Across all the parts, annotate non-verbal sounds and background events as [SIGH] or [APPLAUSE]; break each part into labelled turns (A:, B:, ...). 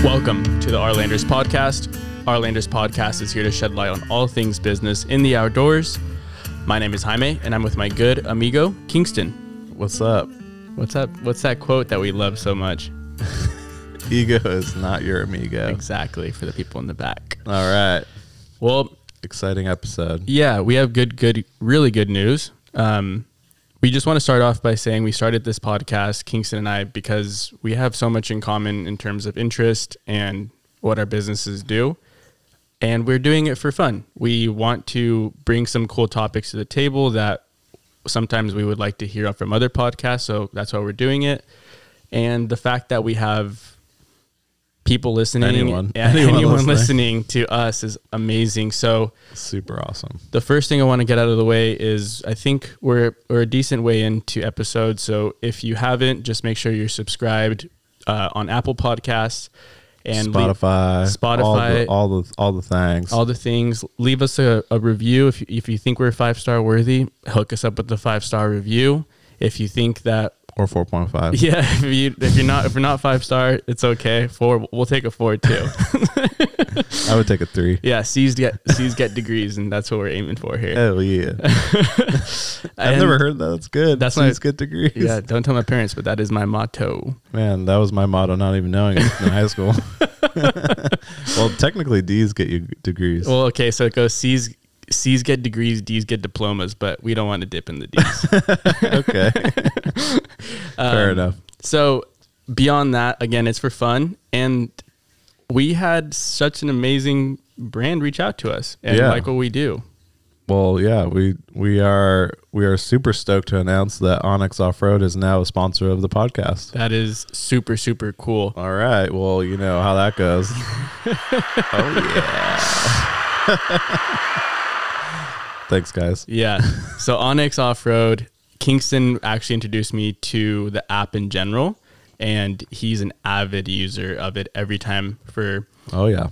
A: to the Arlanders podcast. Arlanders podcast is here to shed light on all things business in the outdoors. My name is Jaime, and I'm with my good amigo, Kingston.
B: What's up?
A: What's up? What's that quote that we love so much?
B: Ego is not your amigo.
A: Exactly, for the people in the back.
B: All right.
A: Well,
B: Exciting episode.
A: yeah, we have good, good, really good news. Um, we just want to start off by saying we started this podcast, Kingston and I, because we have so much in common in terms of interest and what our businesses do. And we're doing it for fun. We want to bring some cool topics to the table that sometimes we would like to hear from other podcasts. So that's why we're doing it. And the fact that we have people listening,
B: Anyone.
A: yeah, [LAUGHS]
B: Anyone
A: anyone,
B: listening.
A: listening to us is amazing. So,
B: Super awesome.
A: the first thing I want to get out of the way is I think we're we're a decent way into episodes. So if you haven't, just make sure you're subscribed uh, on Apple Podcasts and leave-
B: Spotify, all
A: Spotify.
B: the, all the all the things.
A: all the things. Leave us a, a review if you, if you think we're five star worthy. Hook us up with the five star review. If you think that [LAUGHS]
B: or four point five.
A: yeah, if you if you're not if you're not five star, it's okay. Four, we'll take a four
B: [LAUGHS]
A: too.
B: I would take
A: [LAUGHS]
B: a three.
A: yeah, C's get C's get degrees, and that's what we're aiming for here. [LAUGHS]
B: Hell yeah. Uh, I've
A: And-
B: never heard that. That's good.
A: That's
B: That's
A: my-
B: nice. Good degrees.
A: Yeah, don't tell my parents, but that is my motto.
B: Man, that was my motto. Not even knowing it in
A: [LAUGHS]
B: high school. [LAUGHS] well, technically, D's get you degrees.
A: Well, okay, so it goes C's C's get degrees, D's get diplomas, but we don't want to dip in the D's.
B: [LAUGHS]
A: [LAUGHS]
B: okay.
A: Um,
B: Fair enough.
A: so beyond that, again, it's for fun, and we had such an amazing brand reach out to us and
B: Yeah.
A: like what we do.
B: Well, yeah, we we are we are super stoked to announce that Onyx Off Road is now a sponsor of the podcast.
A: That is super super cool.
B: All right. Well, you know how that [LAUGHS] goes. oh yeah. [LAUGHS] Thanks, guys.
A: Yeah. so Onyx Off Road, Kingston actually introduced me to the app in general, and he's an avid user of it every time for
B: Oh yeah.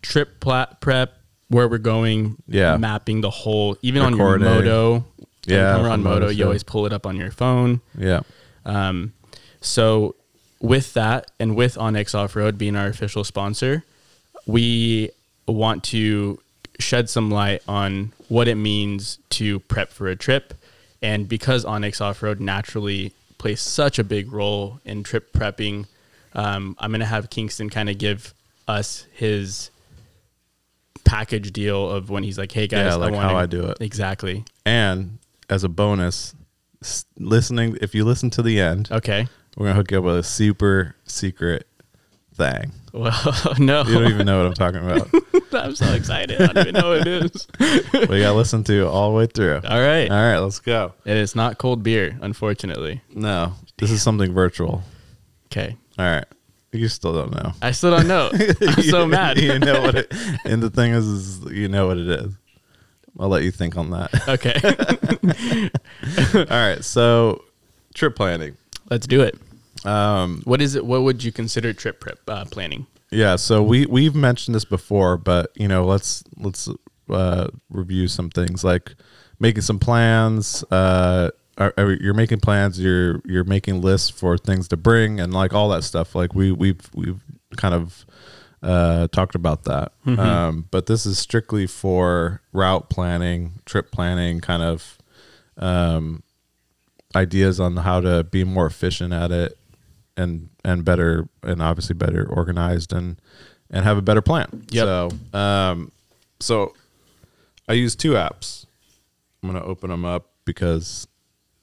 A: trip plat prep, where we're going,
B: Yeah.
A: mapping the whole, even
B: Recording.
A: on your moto.
B: Yeah,
A: when we're on
B: on Moto,
A: moto, you
B: sure.
A: always pull it up on your phone.
B: Yeah.
A: Um, so with that, and with Onyx Off Road being our official sponsor, we want to shed some light on what it means to prep for a trip. And because Onyx Off Road naturally plays such a big role in trip prepping, um, I'm going to have Kingston kind of give us his package deal of when he's like, "Hey guys,
B: Yeah, like
A: wanna-
B: how I do it.
A: exactly."
B: And as a bonus, s- listening if you listen to the end,
A: Okay. [LAUGHS]
B: we're gonna hook you up with a super secret thing.
A: Well, [LAUGHS] no,
B: You don't even know what I'm talking [LAUGHS] about.
A: I'm so excited. I don't even know what it is.
B: but you gotta listen to it all the way through.
A: All right.
B: All right, let's go.
A: It is not cold beer, unfortunately.
B: No, this is something virtual.
A: Okay.
B: All right, you still don't know.
A: I still don't
B: [LAUGHS]
A: know. [LAUGHS] I'm so mad.
B: you know what
A: [LAUGHS]
B: it, and the thing is, is you know what it is. I'll let you think on that. [LAUGHS]
A: Okay.
B: All right, so trip planning.
A: Let's do it.
B: Um,
A: What is it? What would you consider trip prep uh, planning?
B: yeah, so we we've mentioned this before, but you know, let's let's uh, review some things like making some plans. Uh, are, are- you're making plans. You're you're making lists for things to bring and like all that stuff. Like we we've we've kind of uh, talked about that. Um, but this is strictly for route planning, trip planning, kind of um, ideas on how to be more efficient at it and and better and obviously better organized and and have a better plan.
A: Yep.
B: So um, so I use two apps. I'm gonna open them up because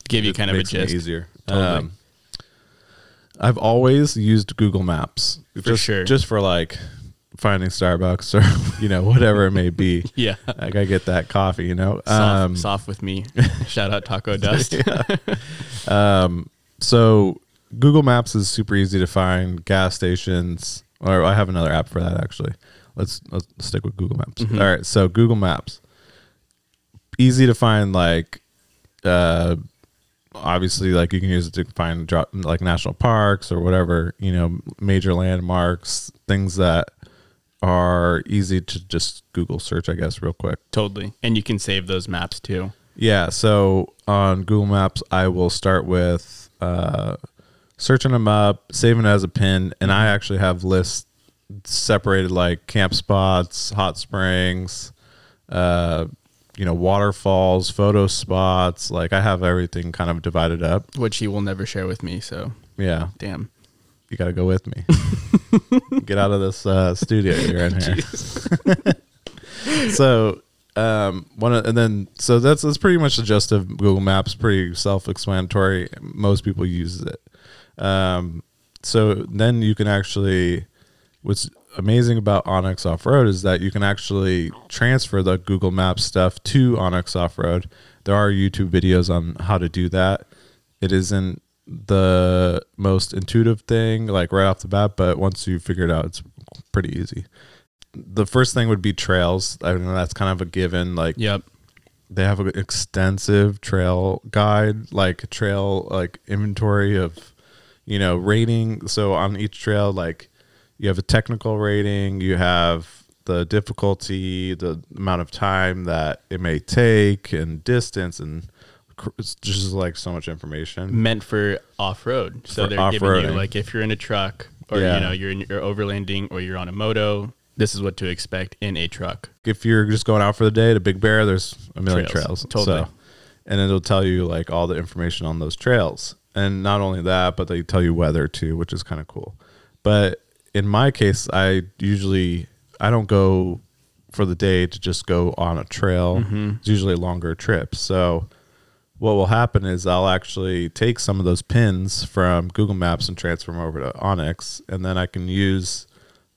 A: Give you
B: it
A: kind of a
B: makes me
A: gist.
B: easier.
A: Totally.
B: Um, I've always used Google Maps for just,
A: sure.
B: just for like finding Starbucks or [LAUGHS] you know whatever it may be.
A: [LAUGHS] Yeah.
B: I gotta get that coffee. You know,
A: Soft,
B: um,
A: soft with
B: [LAUGHS]
A: me. Shout out Taco Dust.
B: so Google Maps is super easy to find gas stations. Or I have another app for that actually. Let's let's stick with Google Maps. All right, so Google Maps easy to find like uh obviously like you can use it to find dro- like national parks or whatever you know major landmarks things that are easy to just google search i guess real quick
A: Totally. And you can save those maps too.
B: yeah so on google maps i will start with uh searching them up saving it as a pin and i actually have lists separated like camp spots, hot springs, uh, you know, waterfalls, photo spots. Like I have everything kind of divided up.
A: which he will never share with me. So
B: Yeah,
A: damn.
B: you got to go with me. Get out of this uh, studio you're in here. so um one of- and then so that's that's pretty much the gist of google maps pretty self-explanatory most people use it um so then you can actually what's amazing about onyx off-road is that you can actually transfer the google maps stuff to onyx off-road there are youtube videos on how to do that it isn't the most intuitive thing like right off the bat but once you figure it out it's pretty easy the first thing would be trails. I mean, that's kind of a given. Like,
A: Yep.
B: they have an extensive trail guide, like trail like inventory of, you know, rating. So on each trail, like, you have a technical rating, you have the difficulty, the amount of time that it may take, and distance, and cr- it's just like so much information.
A: Meant for off road. So
B: For
A: they're giving you
B: off-roading.
A: like if you're in a truck or
B: Yeah.
A: you know you're in, you're overlanding or you're on a moto, this is what to expect in a truck.
B: if you're just going out for the day to Big Bear, there's a million
A: Trails.
B: trails.
A: Totally.
B: So, and it'll tell you like all the information on those trails. And not only that, but they tell you weather too, which is kind of cool. But in my case, I usually I don't go for the day to just go on a trail. It's usually a longer trip. So what will happen is I'll actually take some of those pins from Google Maps and transfer them over to Onyx, and then I can use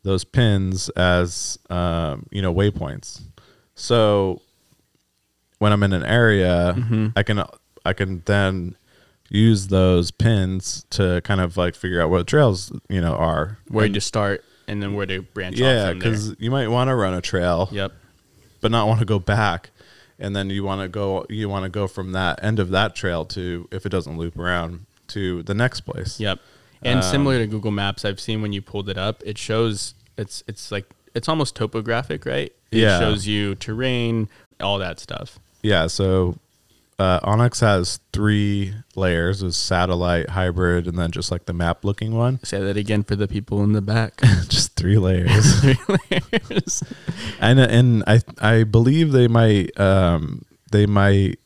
B: those pins as um, you know waypoints. So when I'm in an area,
A: Mm-hmm.
B: I can I can then use those pins to kind of like figure out what trails you know are.
A: Where to start and then where to branch off
B: Yeah,
A: from there.
B: because you might want to run a trail
A: Yep.
B: but not want to go back and then you want to go you want to go from that end of that trail to if it doesn't loop around to the next place
A: Yep.
B: Um,
A: And similar to Google Maps, I've seen when you pulled it up, it shows it's it's like it's almost topographic, right? It
B: Yeah.
A: shows you terrain, all that stuff.
B: yeah so uh, onyx has three layers is satellite hybrid and then just like the map looking one [LAUGHS]
A: Say that again for the people in the back. [LAUGHS]
B: just three layers
A: Three layers.
B: and uh, and i i believe they might um they might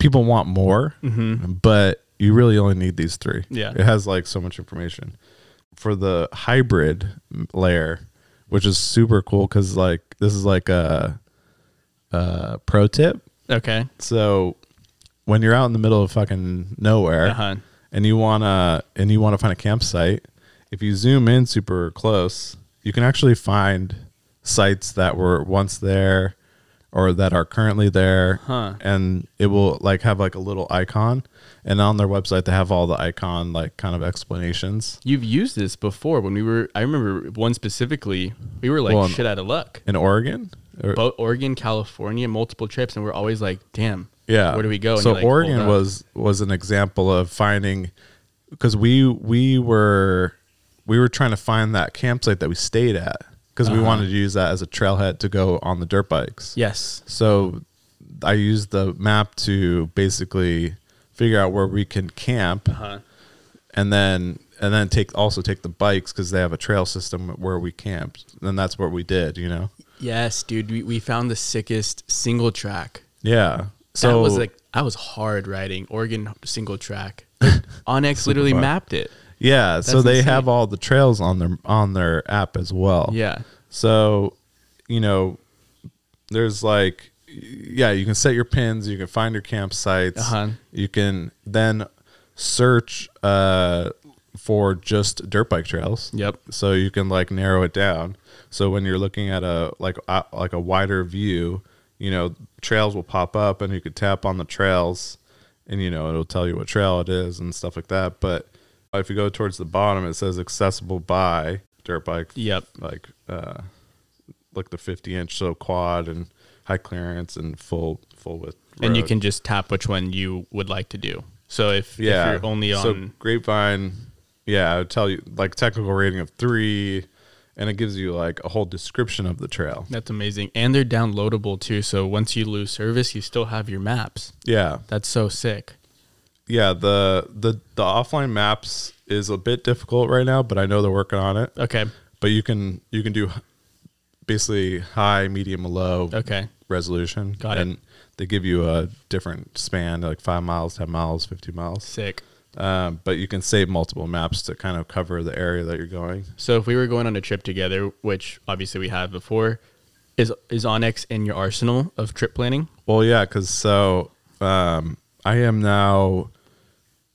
B: people want more but you really only need these three
A: Yeah.
B: it has like so much information for the hybrid m- layer which is super cool because like this is like a, a pro tip
A: Okay.
B: so when you're out in the middle of fucking nowhere
A: Uh-huh.
B: and you wanna and you wanna find a campsite, if you zoom in super close, you can actually find sites that were once there or that are currently there.
A: Huh.
B: And it will like have like a little icon. And on their website they have all the icon like kind of explanations.
A: You've used this before when we were. I remember one specifically. We were like
B: Well, er,
A: shit out of luck.
B: In Oregon? Or-
A: Both Oregon, California, multiple trips, and we're always like, "Damn,
B: Yeah.
A: where do we go?" And
B: so
A: you're like,
B: Oregon
A: "Hold up."
B: was was an example of finding because we we were we were trying to find that campsite that we stayed at because
A: Uh-huh.
B: we wanted to use that as a trailhead to go on the dirt bikes.
A: yes,
B: So I used the map to basically figure out where we can camp
A: huh?
B: and then and then take also take the bikes because they have a trail system where we camped and that's what we did. You know.
A: Yes, dude. We, we found the sickest single track.
B: Yeah. So
A: that was like I was hard riding Oregon single
B: [LAUGHS]
A: track. But Onyx literally
B: fun.
A: mapped it.
B: Yeah, so
A: That's
B: they
A: insane.
B: have all the trails on their on their app as well.
A: Yeah.
B: So, you know, there's like yeah, you can set your pins, you can find your campsites.
A: Uh-huh.
B: You can then search uh for just dirt bike trails.
A: Yep.
B: So you can like narrow it down. So when you're looking at a like a, like a wider view, you know, trails will pop up and you could tap on the trails and you know, it'll tell you what trail it is and stuff like that, but if you go towards the bottom it says accessible by dirt bike
A: Yep.
B: like uh like the 50 inch so quad and high clearance and full full width
A: And you
B: road.
A: can just tap which one you would like to do. So if,
B: yeah
A: if you're only on
B: so grapevine yeah i would tell you like technical rating of three and it gives you like a whole description of the trail
A: that's amazing. And they're downloadable too. So once you lose service, you still have your maps.
B: yeah
A: That's so sick.
B: yeah the the the offline maps is a bit difficult right now but i know they're working on it
A: Okay.
B: but you can you can do basically high, medium, and low
A: Okay.
B: resolution.
A: Got it.
B: and they give you a different span, like five miles, ten miles, fifty miles.
A: Sick.
B: Um, but you can save multiple maps to kind of cover the area that you're going.
A: So if we were going on a trip together, which obviously we have before, is is Onyx in your arsenal of trip planning?
B: Well, yeah, because so um, I am now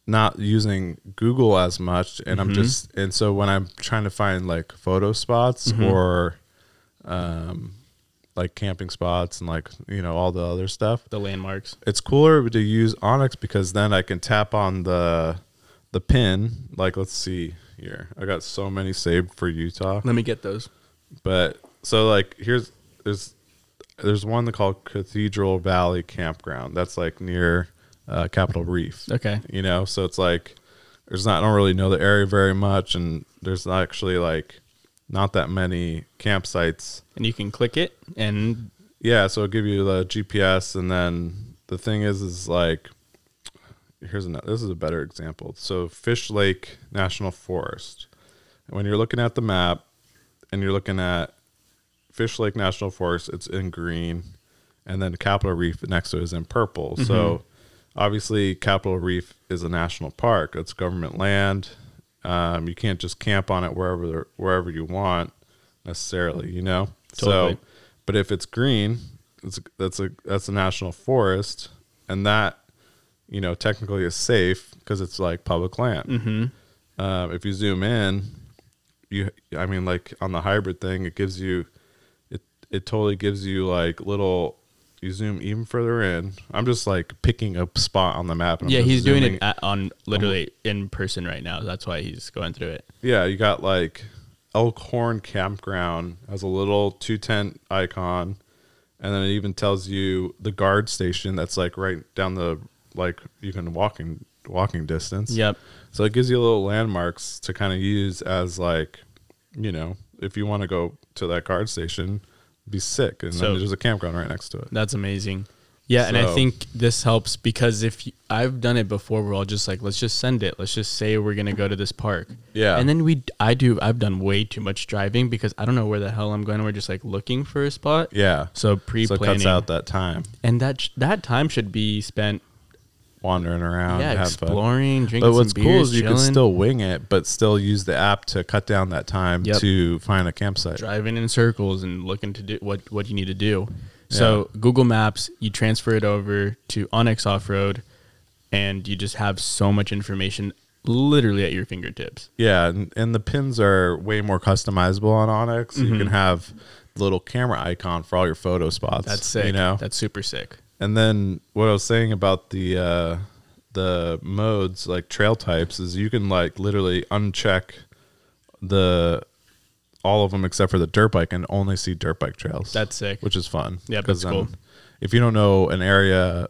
B: not using Google as much, and
A: Mm-hmm.
B: I'm just and so when I'm trying to find like photo spots
A: Mm-hmm.
B: or um, like camping spots and like you know all the other stuff,
A: The landmarks.
B: it's cooler to use Onyx because then I can tap on the the pin. Like, let's see here, I got so many saved for Utah.
A: Let me get those.
B: But so like here's there's there's one called Cathedral Valley Campground. That's like near uh, Capitol Reef.
A: Okay.
B: You know, so it's like there's not I don't really know the area very much, and there's actually like not that many campsites.
A: And you can click it and
B: Yeah, so it'll give you the GPS, and then the thing is, is like here's another. This is a better example. So Fish Lake National Forest. When you're looking at the map, and you're looking at Fish Lake National Forest, it's in green, and then Capitol Reef next to it is in purple. So obviously, Capitol Reef is a national park. It's government land. Um, you can't just camp on it wherever wherever you want necessarily. You know.
A: Totally.
B: So, but if it's green, it's, that's a that's a national forest, and that you know technically is safe because it's like public land. Mm-hmm. Uh, if you zoom in, you i mean like on the hybrid thing it gives you it it totally gives you like little you zoom even further in i'm just like picking a spot on the map and I'm
A: yeah,
B: just
A: he's doing
B: zooming.
A: it at, on literally in person right now. That's why he's going through it.
B: yeah you got like elkhorn campground has a little 210 icon and then it even tells you the guard station that's like right down the like you can walking walking distance
A: Yep.
B: So it gives you little landmarks to kind of use as like, you know, if you want to go to that guard station, be sick, and
A: So-
B: then there's a campground right next to it.
A: That's amazing. Yeah, and I
B: So-
A: think this helps because if you, I've done it before, we're all just like, let's just send it. Let's just say we're gonna go to this park.
B: Yeah.
A: and then we, I do, I've done way too much driving because I don't know where the hell I'm going. We're just like looking for a spot.
B: Yeah,
A: So
B: so it
A: pre-planning,
B: cuts out that time
A: and that sh- that time should be spent,
B: wandering around,
A: yeah,
B: have fun.
A: exploring, drinking.
B: But what's
A: some
B: cool
A: beers,
B: is you can
A: chilling,
B: still wing it, but still use the app to cut down that time
A: Yep.
B: to find a campsite.
A: driving in circles and looking to do what what you need to do. So Google Maps, you transfer it over to Onyx Off Road, and you just have so much information literally at your fingertips.
B: Yeah, and, and the pins are way more customizable on Onyx. You
A: Mm-hmm.
B: can have the little camera icon for all your photo spots.
A: That's sick.
B: You know,
A: that's super sick.
B: And then what I was saying about the uh, the modes, like trail types, is you can like literally uncheck the all of them except for the dirt bike and only see dirt bike trails.
A: That's sick.
B: Which is fun.
A: Yep,
B: 'Cause
A: that's cool.
B: then If you don't know an area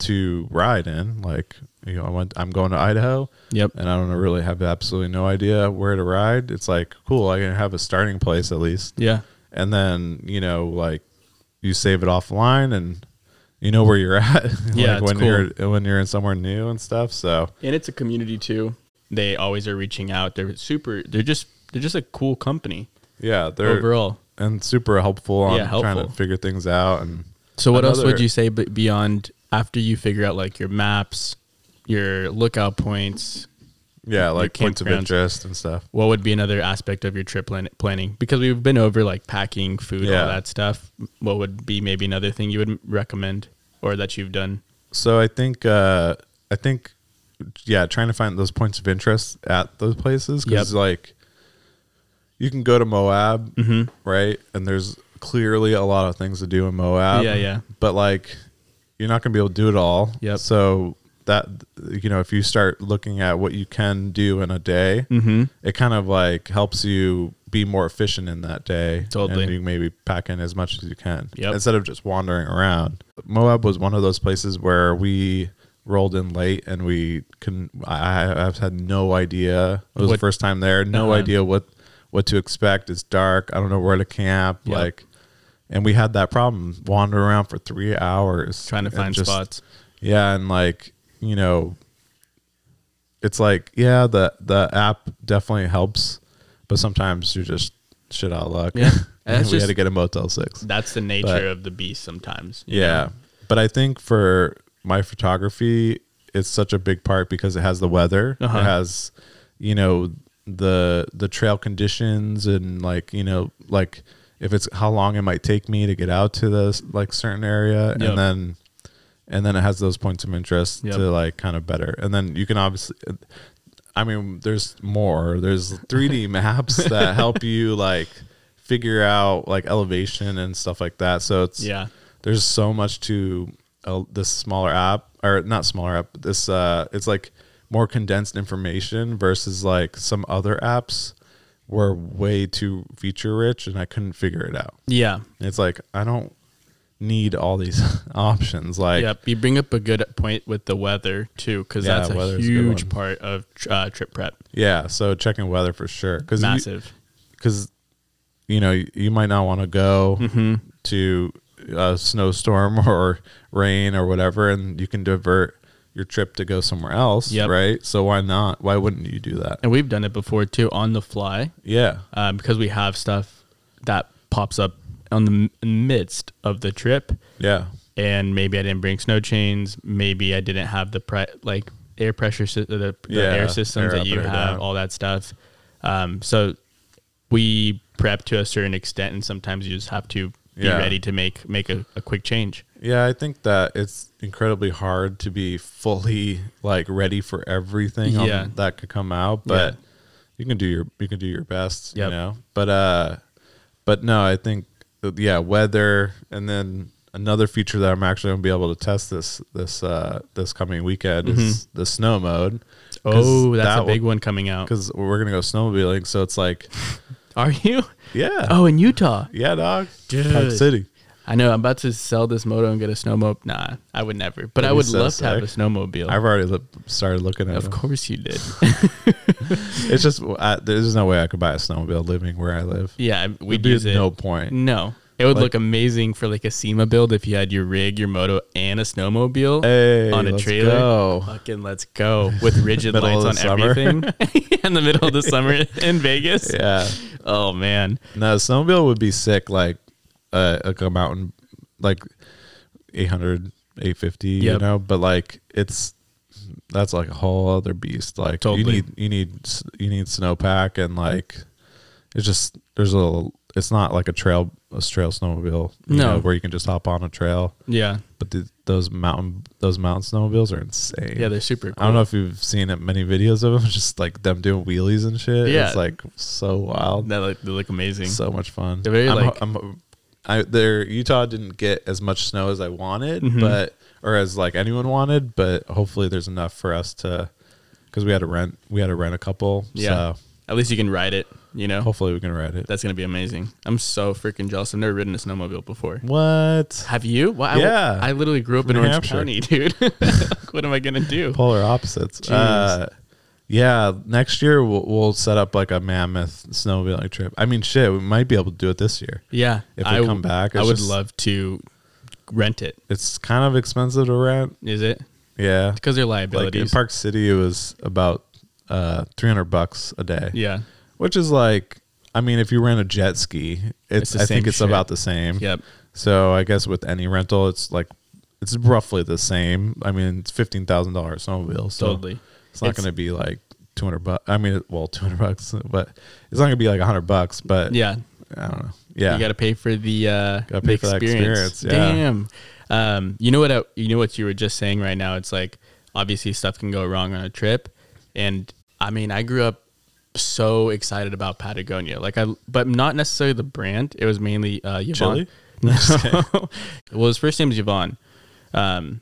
B: to ride in, like you know, I went, I'm going to Idaho.
A: Yep.
B: And I don't really have absolutely no idea where to ride. It's like cool. I can have a starting place at least
A: Yeah,
B: and then you know like you save it offline and you know where you're [LAUGHS] at like
A: Yeah, it's
B: when
A: cool.
B: you're when you're in somewhere new and stuff so
A: and it's a community too. They always are reaching out. They're super. They're just they're just a cool company
B: yeah they're
A: overall.
B: and super helpful on
A: Yeah,
B: trying
A: helpful.
B: to figure things out and
A: So what else would
B: Another-
A: you say b- beyond after you figure out like your maps, your lookout points,
B: yeah like points of
A: campgrounds.
B: interest and stuff
A: what would be another aspect of your trip plan- planning? Because we've been over like packing, food,
B: Yeah.
A: all that stuff. What would be maybe another thing you would m- recommend or that you've done?
B: so i think uh i think yeah trying to find those points of interest at those places because
A: Yep.
B: like you can go to moab
A: Mm-hmm.
B: right and there's clearly a lot of things to do in moab
A: Yeah, yeah.
B: but like you're not gonna be able to do it all
A: Yep.
B: so that you know if you start looking at what you can do in a day
A: Mm-hmm.
B: it kind of like helps you be more efficient in that day
A: Totally.
B: and you maybe pack in as much as you can
A: Yep.
B: instead of just wandering around. Moab was one of those places where we rolled in late and we couldn't. I, I- I've had no idea. It was the
A: What-
B: first time there. No
A: Uh-huh.
B: idea what what to expect. It's dark. I don't know where to camp.
A: Yep.
B: Like, and we had that problem wandering around for three hours
A: Trying to
B: and
A: find
B: just-
A: spots.
B: Yeah, and like you know, it's like yeah, the the app definitely helps, but sometimes you're just shit out of luck. [LAUGHS]
A: Yeah.
B: and
A: That's
B: we had
A: just-
B: to get a Motel Six.
A: That's the nature
B: But-
A: of the beast sometimes. you
B: Yeah.
A: know?
B: But I think for my photography, it's such a big part because it has the weather,
A: Uh-huh.
B: it has, you know, the the trail conditions and like, you know, like if it's how long it might take me to get out to this like certain area
A: Yep.
B: and then and then it has those points of interest
A: Yep.
B: to like kind of better. And then you can obviously I mean, there's more. There's
A: [LAUGHS]
B: 3D maps that help you like figure out like elevation and stuff like that. So it's
A: Yeah.
B: there's so much to uh, this smaller app or not smaller app but this uh it's like more condensed information versus like some other apps were way too feature rich and i couldn't figure it out
A: Yeah.
B: it's like i don't need all these [LAUGHS] options like
A: yep. You bring up a good point with the weather too, because
B: Yeah,
A: that's a
B: weather's a good
A: huge
B: one.
A: part of uh, trip prep.
B: yeah so checking weather for sure because
A: Massive.
B: because you know you, you might not want to go to a snowstorm [LAUGHS] or rain or whatever and you can divert your trip to go somewhere else
A: Yep.
B: right so why not why wouldn't you do that
A: and we've done it before too on the fly
B: yeah
A: um, because we have stuff that pops up on the m- midst of the trip.
B: yeah
A: and maybe I didn't bring snow chains. Maybe I didn't have the pre- like air pressure, sy- the, the
B: Yeah,
A: air systems
B: air
A: that
B: up
A: you
B: and air
A: have,
B: down.
A: all that stuff. Um, so we prep to a certain extent, and sometimes you just have to be
B: Yeah.
A: ready to make make a, a quick change.
B: yeah i think that it's incredibly hard to be fully like ready for everything on-
A: Yeah.
B: that could come out but
A: Yeah.
B: you can do your you can do your best
A: Yep.
B: you know but uh but no i think uh, yeah weather and then another feature that i'm actually going to be able to test this this uh this coming weekend is the snow mode
A: Mm-hmm. Oh, that's a big one coming out.
B: because we're going to go snowmobiling so it's
A: [LAUGHS]
B: like
A: Are you?
B: yeah
A: Oh, in Utah.
B: yeah dog Park
A: Dude.
B: city
A: I know. I'm about to sell this moto and get a snowmobile. Nah, I would never. But I
B: That'd be
A: would
B: so
A: love to have a
B: sick.
A: snowmobile.
B: i've already lo- started looking at
A: Oh. of
B: them.
A: course you
B: [LAUGHS]
A: did.
B: it's just I, there's no way i could buy a snowmobile living where i live
A: yeah, we'd
B: There'd be
A: use it.
B: no point
A: No. It would
B: Like-
A: look amazing for like a SEMA build if you had your rig, your moto, and a snowmobile
B: Hey,
A: on a
B: let's
A: trailer.
B: go.
A: Fucking let's go
B: [LAUGHS]
A: with rigid
B: Middle of
A: lights on
B: the summer.
A: everything
B: [LAUGHS]
A: [LAUGHS] in the middle of the summer in Vegas.
B: yeah
A: Oh man,
B: No, snowmobile would be sick. Like, uh, like a mountain, like 800, 850, you
A: Yep.
B: know. But like, it's that's like a whole other beast. Like, you
A: Totally.
B: need you need s- you need snowpack and like, it's just there's a it's not like a trail a trail snowmobile, you
A: No.
B: know, where you can just hop on a trail.
A: yeah,
B: But the, those mountain those mountain snowmobiles are insane.
A: yeah, they're super. Cool.
B: I don't know if you've seen it, many videos of them, [LAUGHS] just like them doing wheelies and shit.
A: Yeah.
B: It's like so wild.
A: They look, they look amazing.
B: So much fun.
A: They're very,
B: I'm,
A: like-
B: I'm, I, there, Utah didn't get as much snow as I wanted,
A: Mm-hmm.
B: but or as like anyone wanted, but hopefully there's enough for us to, because we had to rent, we had to rent a couple.
A: yeah,
B: So
A: at least you can ride it. You know,
B: hopefully we can ride it.
A: that's gonna be amazing. I'm so freaking jealous. I've never ridden a snowmobile before.
B: what?
A: Have you? Well, I,
B: Mm. Yeah.
A: I literally grew up in
B: New
A: Orange
B: Hampshire.
A: County, dude. [LAUGHS] what am I gonna do?
B: Polar opposites. Uh, yeah, next year we'll, we'll set up like a mammoth snowmobiling trip. I mean, shit, we might be able to do it this year.
A: Yeah.
B: If
A: I w-
B: we come back,
A: I
B: it's
A: would
B: just-
A: love to rent it.
B: It's kind of expensive to rent.
A: Is it?
B: Yeah,
A: Because their
B: like in
A: liabilities.
B: Park City, it was about uh, three hundred bucks a day.
A: yeah.
B: which is like i mean if you rent a jet ski
A: It's
B: it's,
A: the
B: i think
A: same
B: it's
A: shit.
B: about the same
A: Yep.
B: so i guess with any rental it's like it's roughly the same i mean it's $15000 snowmobile so
A: Totally.
B: it's not
A: It's-
B: going to be like 200 bucks i mean well 200 bucks but it's not going to be like 100 bucks but
A: Yeah.
B: i don't know yeah
A: You got to pay for the, uh, the
B: Gotta pay for that
A: experience.
B: experience, yeah.
A: Damn. Um, you know what? I, you know what you were just saying right now. It's like obviously stuff can go wrong on a trip, and I mean I grew up so excited about Patagonia. Like I, but not necessarily the brand. It was mainly uh, Yvonne.
B: Chili?
A: [LAUGHS] No. well, his first name is Yvonne. Um,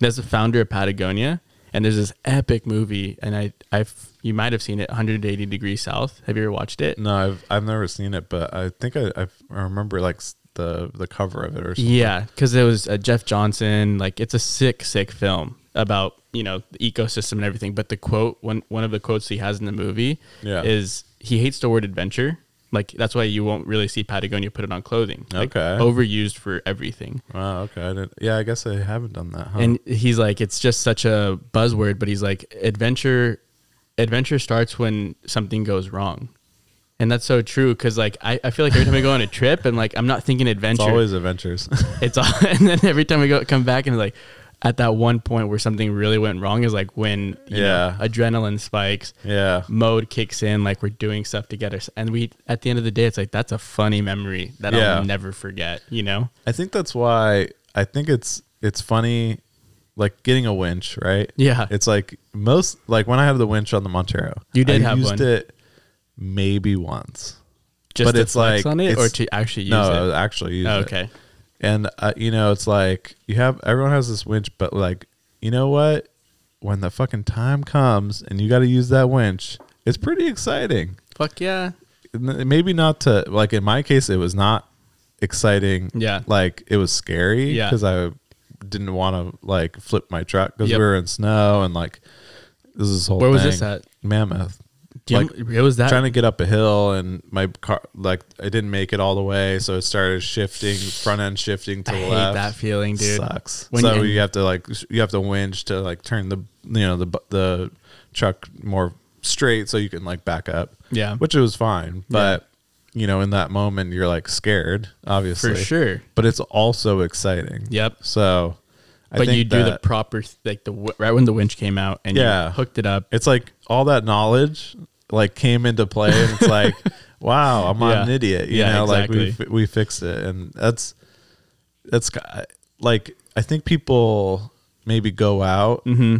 A: that's the founder of Patagonia, and there's this epic movie, and I, I, you might have seen it, 180 degrees south. Have you ever watched it?
B: no i've i've never seen it but i think i I've, i remember like s- the the cover of it or something
A: Yeah, because it was uh, Jeff Johnson. Like, it's a sick, sick film about you know the ecosystem and everything. But the quote one one of the quotes he has in the movie
B: Yeah.
A: is he hates the word adventure. Like that's why you won't really see Patagonia put it on clothing. Like,
B: Okay.
A: overused for everything.
B: wow Oh, okay I didn't, yeah i guess i haven't done that huh
A: And he's like, it's just such a buzzword, but he's like, adventure, adventure starts when something goes wrong. And that's so true because like I, I feel like every time I go on a trip and like I'm not thinking
B: It's
A: adventure.
B: always adventures. [LAUGHS]
A: It's all, [LAUGHS] and then every time we go come back and like at that one point where something really went wrong is like when you know,
B: Yeah.
A: adrenaline spikes,
B: yeah.
A: mode kicks in, like we're doing stuff together, and we at the end of the day, it's like that's a funny memory that
B: Yeah.
A: I'll never forget. You know?
B: I think that's why I think it's it's funny like getting a winch, right?
A: Yeah.
B: It's like most like when I had the winch on the Montero.
A: You did
B: I
A: have
B: used
A: one.
B: it maybe once.
A: Just
B: But
A: to
B: it's
A: flex
B: like-
A: on it or
B: it's-
A: to actually use
B: no, I
A: it.
B: was actually using
A: Oh,
B: it.
A: okay.
B: And uh, you know, it's like you have everyone has this winch, but like you know what? When the fucking time comes and you got to use that winch, it's pretty exciting.
A: Fuck yeah.
B: N- Maybe not to like in my case, it was not exciting.
A: Yeah.
B: like it was scary.
A: Yeah.
B: because I didn't want to like flip my truck because
A: Yep.
B: we were in snow and like this is this whole.
A: Where was
B: thing.
A: this at?
B: Mammoth.
A: Do you
B: Like,
A: rem- it was that
B: trying to get up a hill and my car like I didn't make it all the way, so it started shifting front end shifting to
A: I
B: the
A: hate
B: left.
A: that feeling, dude.
B: Sucks.
A: When
B: so
A: you-
B: you have to like sh- you have to winch to like turn the you know the bu- the truck more straight so you can like back up.
A: Yeah.
B: which it was fine, but you know in that moment you're like scared, obviously
A: for sure.
B: But it's also exciting.
A: Yep.
B: So, I
A: but
B: think
A: you do the
B: that-
A: proper th- like the w- right when the winch came out and
B: Yeah.
A: you hooked it up.
B: it's like all that knowledge like came into play and it's like
A: [LAUGHS]
B: wow i'm not an
A: Yeah.
B: idiot you
A: Yeah,
B: know like we,
A: exactly.
B: fi- we fixed it and that's that's ki- like i think people maybe go out
A: Mm-hmm.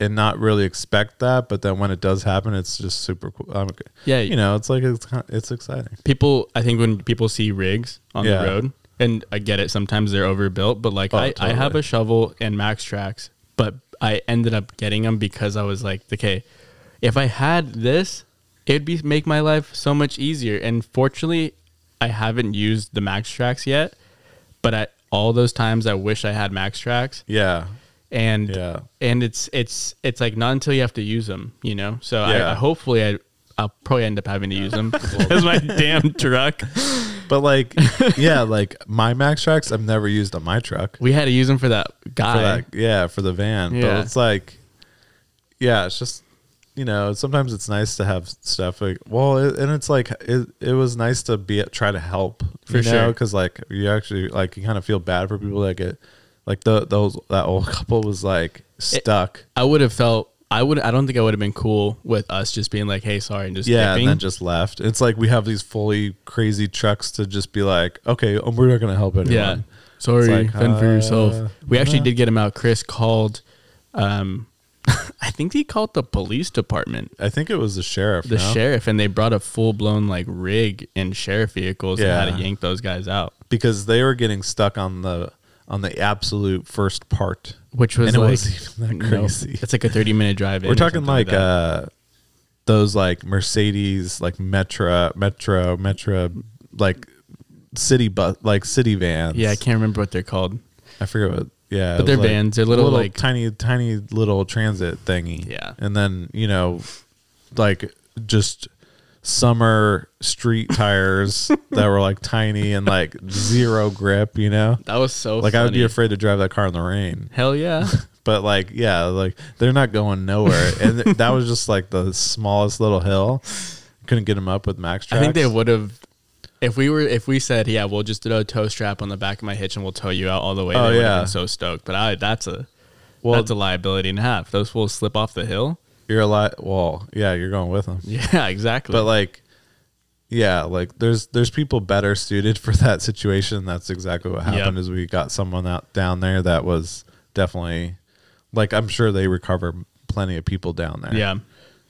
B: and not really expect that but then when it does happen it's just super cool um,
A: Yeah.
B: you know it's like it's, kind- it's exciting
A: People, I think when people see rigs on
B: Yeah.
A: the road, and I get it, sometimes they're overbuilt, but like
B: Oh,
A: I, I have
B: totally.
A: a shovel and Max Tracks, but I ended up getting them because I was like, okay, if I had this, it'd be make my life so much easier. And fortunately, I haven't used the Max Tracks yet, but at all those times I wish I had Max Tracks.
B: yeah
A: and
B: Yeah.
A: and it's it's it's like not until you have to use them, you know. So
B: Yeah.
A: I, I hopefully I I'll probably end up having to
B: [LAUGHS]
A: use them because my damn truck. [LAUGHS]
B: but like yeah like my max tracks i've never used on my truck
A: We had to use them for that guy.
B: for that, yeah, for the van.
A: Yeah.
B: But it's like, yeah, it's just you know, sometimes it's nice to have stuff. Like, well, it, and it's like it, it was nice to be try to help
A: For
B: you know,
A: sure.
B: because like you actually like you kind of feel bad for people that get like the those that old [LAUGHS] couple was like stuck.
A: I would have felt I would I don't think I would have been cool with us just being like, hey, sorry, and just
B: yeah,
A: dipping.
B: and then just left. It's like we have these fully crazy trucks to just be like, okay, um, we're not gonna help anyone.
A: yeah. Sorry,
B: like,
A: fend for
B: uh,
A: yourself. We actually
B: uh.
A: did get him out. Chris called. Um, [LAUGHS] I think he called the police department.
B: I think it was the sheriff.
A: the
B: no?
A: sheriff and they brought a full blown like rig and sheriff vehicles and
B: Yeah.
A: had to yank those guys out.
B: because they were getting stuck on the on the absolute first part,
A: Which was
B: and
A: like
B: it wasn't even that
A: no,
B: crazy.
A: it's like a thirty minute drive. in
B: we're
A: or
B: talking
A: something
B: like
A: that.
B: uh, those like Mercedes, like Metra, Metro, Metra, like city bus, like city vans.
A: yeah, I can't remember what they're called.
B: I forget what. Yeah, it
A: But
B: was
A: they're vans, they're little, like-
B: tiny, tiny little transit thingy.
A: Yeah.
B: and then you know, like just summer street [LAUGHS] tires that were like tiny and like zero grip. You know,
A: That was so
B: like I would be
A: funny.
B: afraid to drive that car in the rain.
A: Hell
B: [LAUGHS]
A: yeah,
B: But like, yeah, like they're not going nowhere. and th- that was just like the smallest little hill. Couldn't get them up with max.
A: I
B: Tracks.
A: think they would have. If we were, if we said, yeah, we'll just throw a tow strap on the back of my hitch and we'll tow you out all the way.
B: Oh,
A: they would
B: yeah.
A: have been so stoked. But I, that's a,
B: Well-
A: that's a liability and a half. Those fools slip off the hill.
B: You're a lot. Well, yeah, you're going with them.
A: [LAUGHS] Yeah, exactly.
B: But like, yeah, like there's there's people better suited for that situation. That's exactly what happened.
A: Yep.
B: Is we got someone out down there that was definitely like I'm sure they recover plenty of people down there.
A: Yeah.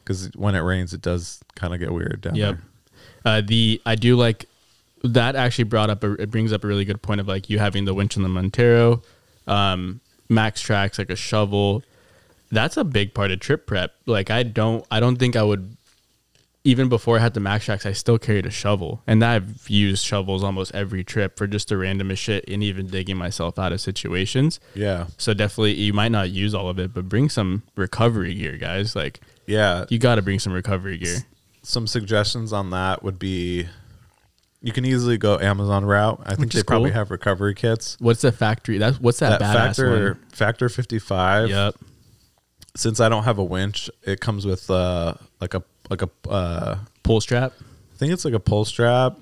B: because when it rains, it does kind of get weird down
A: Yep.
B: there.
A: Uh, the I do like that actually brought up a, it brings up a really good point of like you having the winch on the Montero, um, Max tracks like a shovel. That's a big part of trip prep. Like I don't I don't think I would even before I had the Max tracks I still carried a shovel and I've used shovels almost every trip for just the randomest shit and even digging myself out of situations.
B: Yeah,
A: So definitely you might not use all of it, but bring some recovery gear, guys. Like
B: yeah.
A: you got to bring some recovery gear.
B: some suggestions on that would be you can easily go Amazon route. I think
A: Which
B: they
A: is
B: probably
A: cool.
B: have recovery kits.
A: What's the factory? That's what's that,
B: That
A: badass
B: factor
A: one?
B: factor fifty five.
A: Yep.
B: Since I don't have a winch, it comes with uh like a like a uh
A: Pull strap.
B: think it's like a pull strap.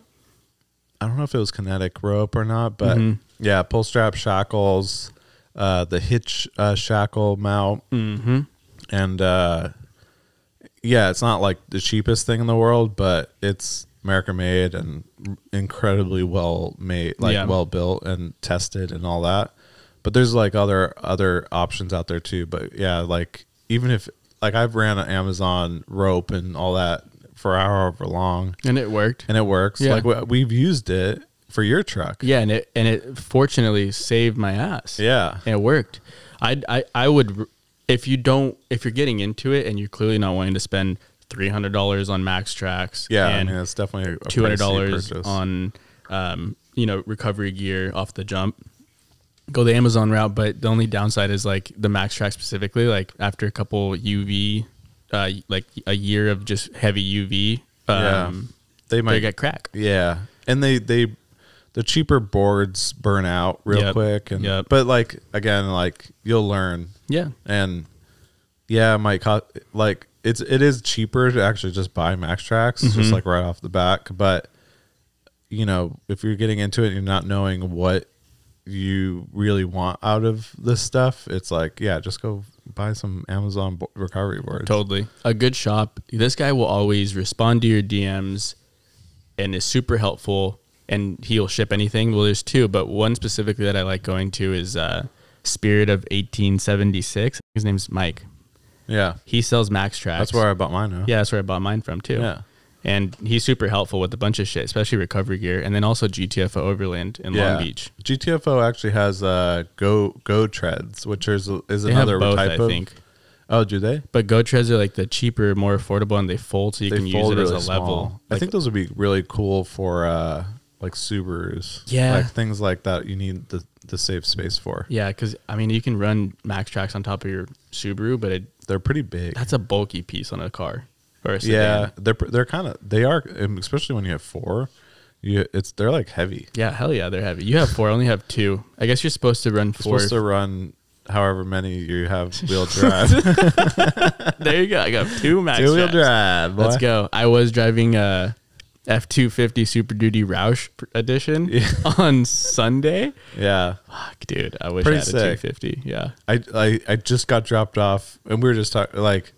B: I don't know if it was kinetic rope or not, but yeah, pull strap shackles, uh, the hitch uh, shackle mount, and uh, yeah, it's not like the cheapest thing in the world, but it's American made and incredibly well made, like
A: Yeah.
B: well built and tested and all that. But there's like other other options out there too. But yeah, like even if like I've ran an Amazon rope and all that for however long,
A: and it worked.
B: and it works.
A: Yeah.
B: Like we- we've used it for your truck.
A: Yeah, and it and it fortunately saved my ass.
B: Yeah.
A: and it worked. I I I would if you don't if you're getting into it and you're clearly not wanting to spend three hundred dollars on Max Tracks.
B: Yeah,
A: and
B: I mean it's definitely a
A: two hundred
B: pricey
A: dollars
B: purchase.
A: on um, you know recovery gear off the jump. Go the Amazon route, but the only downside is like the Max Track specifically. Like after a couple UV, uh, like a year of just heavy UV,
B: Yeah.
A: um,
B: They
A: they
B: might
A: get crack.
B: Yeah, and they they the cheaper boards burn out real
A: Yep.
B: quick, and
A: Yep.
B: but like again, like you'll learn,
A: Yeah,
B: and yeah, it might cost like it's it is cheaper to actually just buy Max Tracks
A: Mm-hmm.
B: just like right off the back, but you know if you're getting into it, and you're not knowing what you really want out of this stuff. It's like yeah, just go buy some Amazon bo- recovery boards.
A: Totally. A good shop. This guy will always respond to your DMs and is super helpful and he'll ship anything. Well, there's two, but one specifically that I like going to is uh, Spirit of 1876. His name's Mike.
B: Yeah,
A: He sells Max Tracks.
B: that's where I bought mine. Now.
A: Yeah, that's where I bought mine from too.
B: Yeah.
A: And he's super helpful with a bunch of shit, especially recovery gear and then also GTFO Overland in Long Beach.
B: GTFO actually has uh go go treads, which is is
A: They
B: another
A: have both,
B: type
A: I
B: of.
A: think.
B: Oh, do they?
A: But GoTreds are like the cheaper, more affordable, and they fold so you
B: They
A: can use
B: fold
A: it as
B: really
A: a level.
B: small. I think those would be really cool for uh like Subarus.
A: Yeah.
B: like things like that. You need the the safe space for.
A: Yeah, because I mean, you can run max tracks on top of your Subaru, but it,
B: They're pretty big.
A: that's a bulky piece on a car or a sedan.
B: yeah, they're pr- they're kind of they are, um, especially when you have four. You it's they're like heavy.
A: Yeah, hell yeah, they're heavy. You have four, I only have two. I guess you're supposed to run
B: You're
A: four.
B: supposed to run however many you
A: [LAUGHS]
B: have wheel drive.
A: there you go. I got two max
B: Two [LAUGHS] wheel
A: tracks.
B: drive.
A: Let's
B: boy.
A: go. I was driving a F two fifty Super Duty Roush pr- edition [LAUGHS] on Sunday.
B: Yeah.
A: Fuck, dude, I wish
B: Pretty
A: I had a two
B: sick.
A: fifty. Yeah,
B: I, I I just got dropped off, and we were just talking like,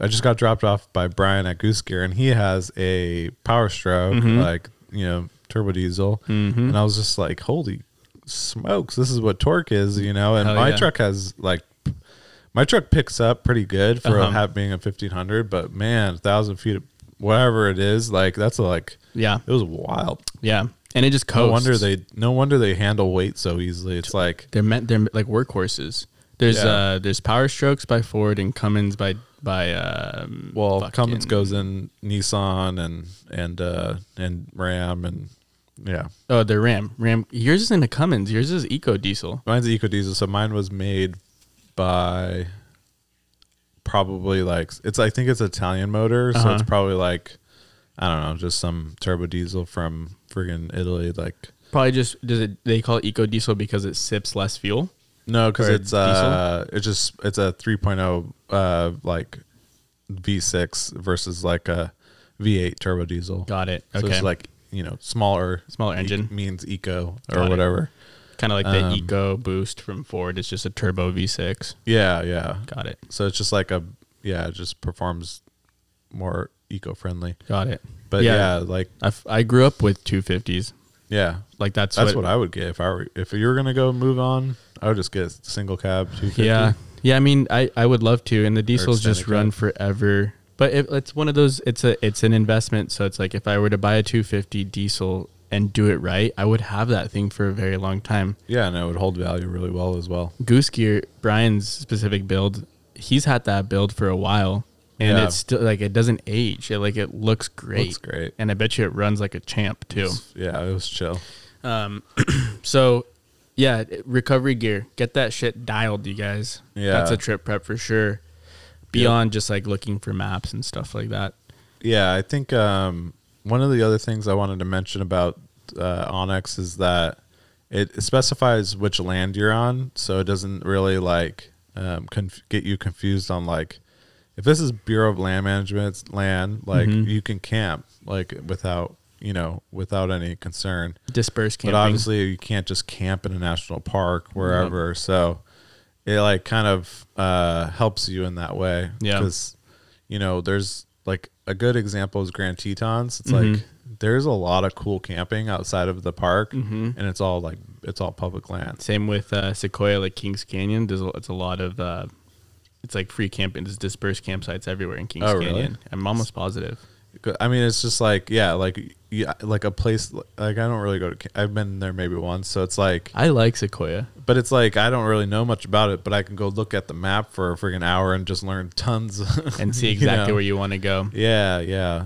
B: I just got dropped off by Brian at Goose Gear, and he has a Power Stroke,
A: Mm-hmm.
B: like you know, turbo diesel, and I was just like, holy smokes, this is what torque is, you know, and
A: Hell
B: my
A: yeah.
B: truck has like. My truck picks up pretty good for
A: Uh-huh.
B: a half being a fifteen hundred, but man, thousand feet, of- whatever it is, like that's a, like
A: yeah,
B: it was wild.
A: yeah. And it just coasts.
B: No wonder they, no wonder they handle weight so easily. It's like
A: They're meant they're like workhorses. There's
B: Yeah.
A: uh there's Power Strokes by Ford and Cummins by by um
B: Well,
A: fucking-
B: Cummins goes in Nissan and and uh and Ram and yeah.
A: Oh, they're Ram. Ram yours isn't a Cummins, yours is Eco Diesel.
B: Mine's eco diesel, so mine was made by probably like it's I think it's Italian motor, so it's
A: Uh-huh.
B: probably like I don't know, just some turbo diesel from friggin' Italy. Like
A: Probably just does it they call it Eco Diesel because it sips less fuel.
B: no, because
A: Or
B: it's uh it's just it's a 3.0 uh like V6 versus like a V8 turbo diesel.
A: Got it.
B: So
A: Okay.
B: it's like you know smaller E
A: Smaller engine.
B: means eco or
A: Got it.
B: whatever.
A: kind of like
B: um,
A: the Eco Boost from Ford. It's just a turbo V6.
B: Yeah, yeah.
A: Got it.
B: So it's just like a yeah, it just performs more eco friendly.
A: Got it.
B: But yeah. like
A: I f- I grew up with 250s.
B: yeah,
A: Like that's
B: that's what, I would get if I were if you were gonna go move on. I would just get a single cab two fifty.
A: Yeah. Yeah, I mean, I, I would love to, and the diesels just
B: extended
A: run
B: cut.
A: forever. But it, it's one of those. It's a it's an investment. So it's like if I were to buy a 250 diesel and do it right, I would have that thing for a very long time.
B: yeah, and it would hold value really well as well.
A: Goose Gear, Brian's specific build, he's had that build for a while, and
B: Yeah.
A: it's still like it doesn't age. It, like it looks great.
B: Looks great.
A: And I bet you it runs like a champ too.
B: Yeah, it was chill.
A: So, yeah, recovery gear. Get that shit dialed, you guys.
B: Yeah.
A: That's a trip prep for sure. Beyond just like looking for maps and stuff like that.
B: Yeah, I think um, one of the other things I wanted to mention about uh, Onyx is that it specifies which land you're on, so it doesn't really like um, conf- get you confused on like, if this is Bureau of Land Management's land, like you can camp like without you know without any concern.
A: Disperse camping.
B: But obviously, you can't just camp in a national park wherever. So it like kind of uh, helps you in that way.
A: Yeah.
B: Because you know, there's like a good example is Grand Tetons. It's
A: Mm-hmm.
B: like there's a lot of cool camping outside of the park,
A: Mm-hmm.
B: and it's all like it's all public land.
A: Same with uh, Sequoia, like Kings Canyon. There's a, it's a lot of uh, it's like free camp and there's dispersed campsites everywhere in Kings
B: Oh, really?
A: Canyon. I'm almost positive.
B: I mean, it's just like yeah, like yeah, like a place like I don't really go to. ca- I've been there maybe once, so it's like
A: I like Sequoia.
B: But it's like I don't really know much about it, but I can go look at the map for a freaking hour and just learn tons
A: and
B: [LAUGHS]
A: see exactly
B: know?
A: where you want to go.
B: Yeah, yeah,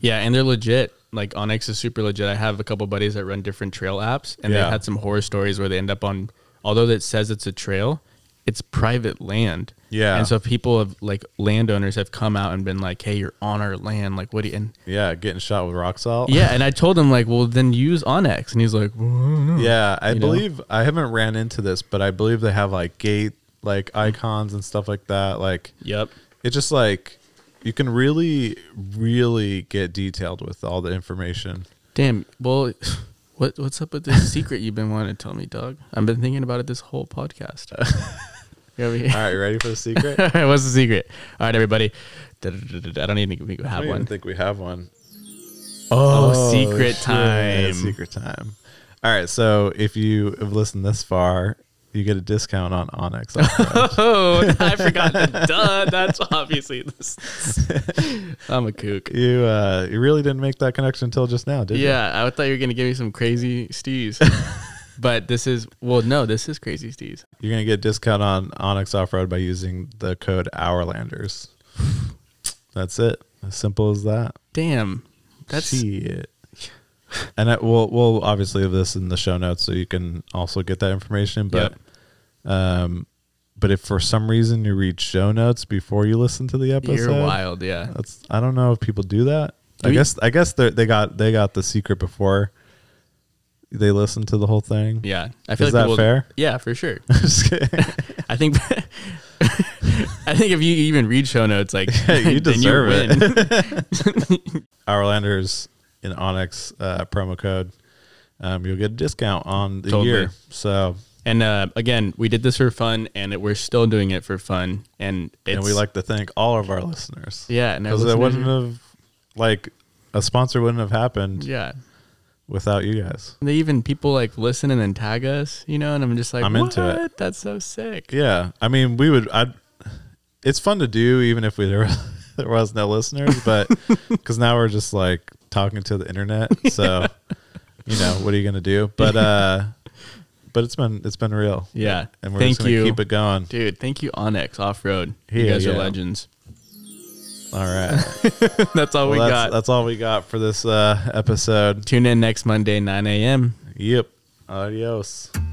A: Yeah, and they're legit. Like Onyx is super legit. I have a couple buddies that run different trail apps, and
B: Yeah.
A: they've had some horror stories where they end up on, although that says it's a trail, it's private land.
B: Yeah.
A: and so people have like landowners have come out and been like, "Hey, you're on our land. Like, what do you?" And
B: yeah. Getting shot with rock salt.
A: yeah, and I told him like, "Well, then use Onyx," and he's like, "Well,
B: [LAUGHS] yeah. I
A: You know?
B: believe I haven't ran into this, but I believe they have like gate like
A: Mm.
B: icons and stuff like that. Like
A: "Yep,
B: it's just like you can really, really get detailed with all the information.
A: damn. Well, [LAUGHS] what what's up with this secret you've been wanting to tell me, Doug? I've been thinking about it this whole
B: [LAUGHS]
A: podcast." You're over here.
B: All right, you ready for
A: [LAUGHS]
B: the secret?
A: All right, what's the secret? All right, everybody. Da- da- da- da- da- I don't even think we
B: I
A: have
B: don't
A: one.
B: even think we have one.
A: Oh, secret
B: shit.
A: time.
B: Secret time. All right. So if you have listened this far, you get a discount on
A: [LAUGHS]
B: Onyx. [LAUGHS]
A: Oh, I forgot the duh. That's obviously this. [LAUGHS] I'm a kook.
B: you uh, you really didn't make that connection until just now, did you?
A: Yeah, I thought you were going to give me some crazy
B: [LAUGHS]
A: stees. but this is, well, no, this is crazy stees.
B: You're gonna get a discount on Onyx Off Road by using the code
A: [SIGHS]
B: Hourlanders. That's it. As simple as that.
A: Damn. That's,
B: Shit. And I, we'll we'll obviously have this in the show notes, so you can also get that information. But
A: Yep.
B: um, but if for some reason you read show notes before you listen to the episode,
A: you're wild. Yeah.
B: That's I don't know if people do that.
A: Do
B: I
A: we-
B: guess I guess they they got they got the secret before they listened to the whole thing.
A: Yeah. I
B: Is that fair?
A: Yeah, for sure.
B: [LAUGHS] Just kidding.
A: I think [LAUGHS] I think if you even read show notes, like
B: Yeah, [LAUGHS]
A: [LAUGHS]
B: you
A: then
B: deserve it.
A: win.
B: Hourlanders in Onyx uh, promo code. Um, you'll get a discount on the
A: Totally.
B: year. So
A: And uh, again, we did this for fun, and it, we're still doing it for fun. And it's,
B: and we like to thank all of our listeners.
A: yeah, and our
B: because it
A: listeners
B: wouldn't
A: are-
B: have like a sponsor wouldn't have happened
A: yeah.
B: without you guys.
A: They even people like listen and then tag us, you know. And I'm just like,
B: I'm into it.
A: "What? That's so sick.
B: Yeah, I mean, we would. I'd, it's fun to do, even if we [LAUGHS] there, there was no listeners,
A: [LAUGHS]
B: but because now we're just like talking to the internet.
A: [LAUGHS]
B: So, you know, what are you gonna do? But uh, but it's been it's been real.
A: Yeah.
B: and we're
A: Thank
B: just gonna
A: you.
B: keep it going.
A: Dude, thank you, Onyx Off Road. you
B: Yeah,
A: guys are
B: yeah.
A: legends. [LAUGHS]
B: All right,
A: that's all
B: well,
A: we
B: that's,
A: got.
B: that's all we got for this uh episode.
A: Tune in next Monday, 9 a.m.
B: Yep. Adios.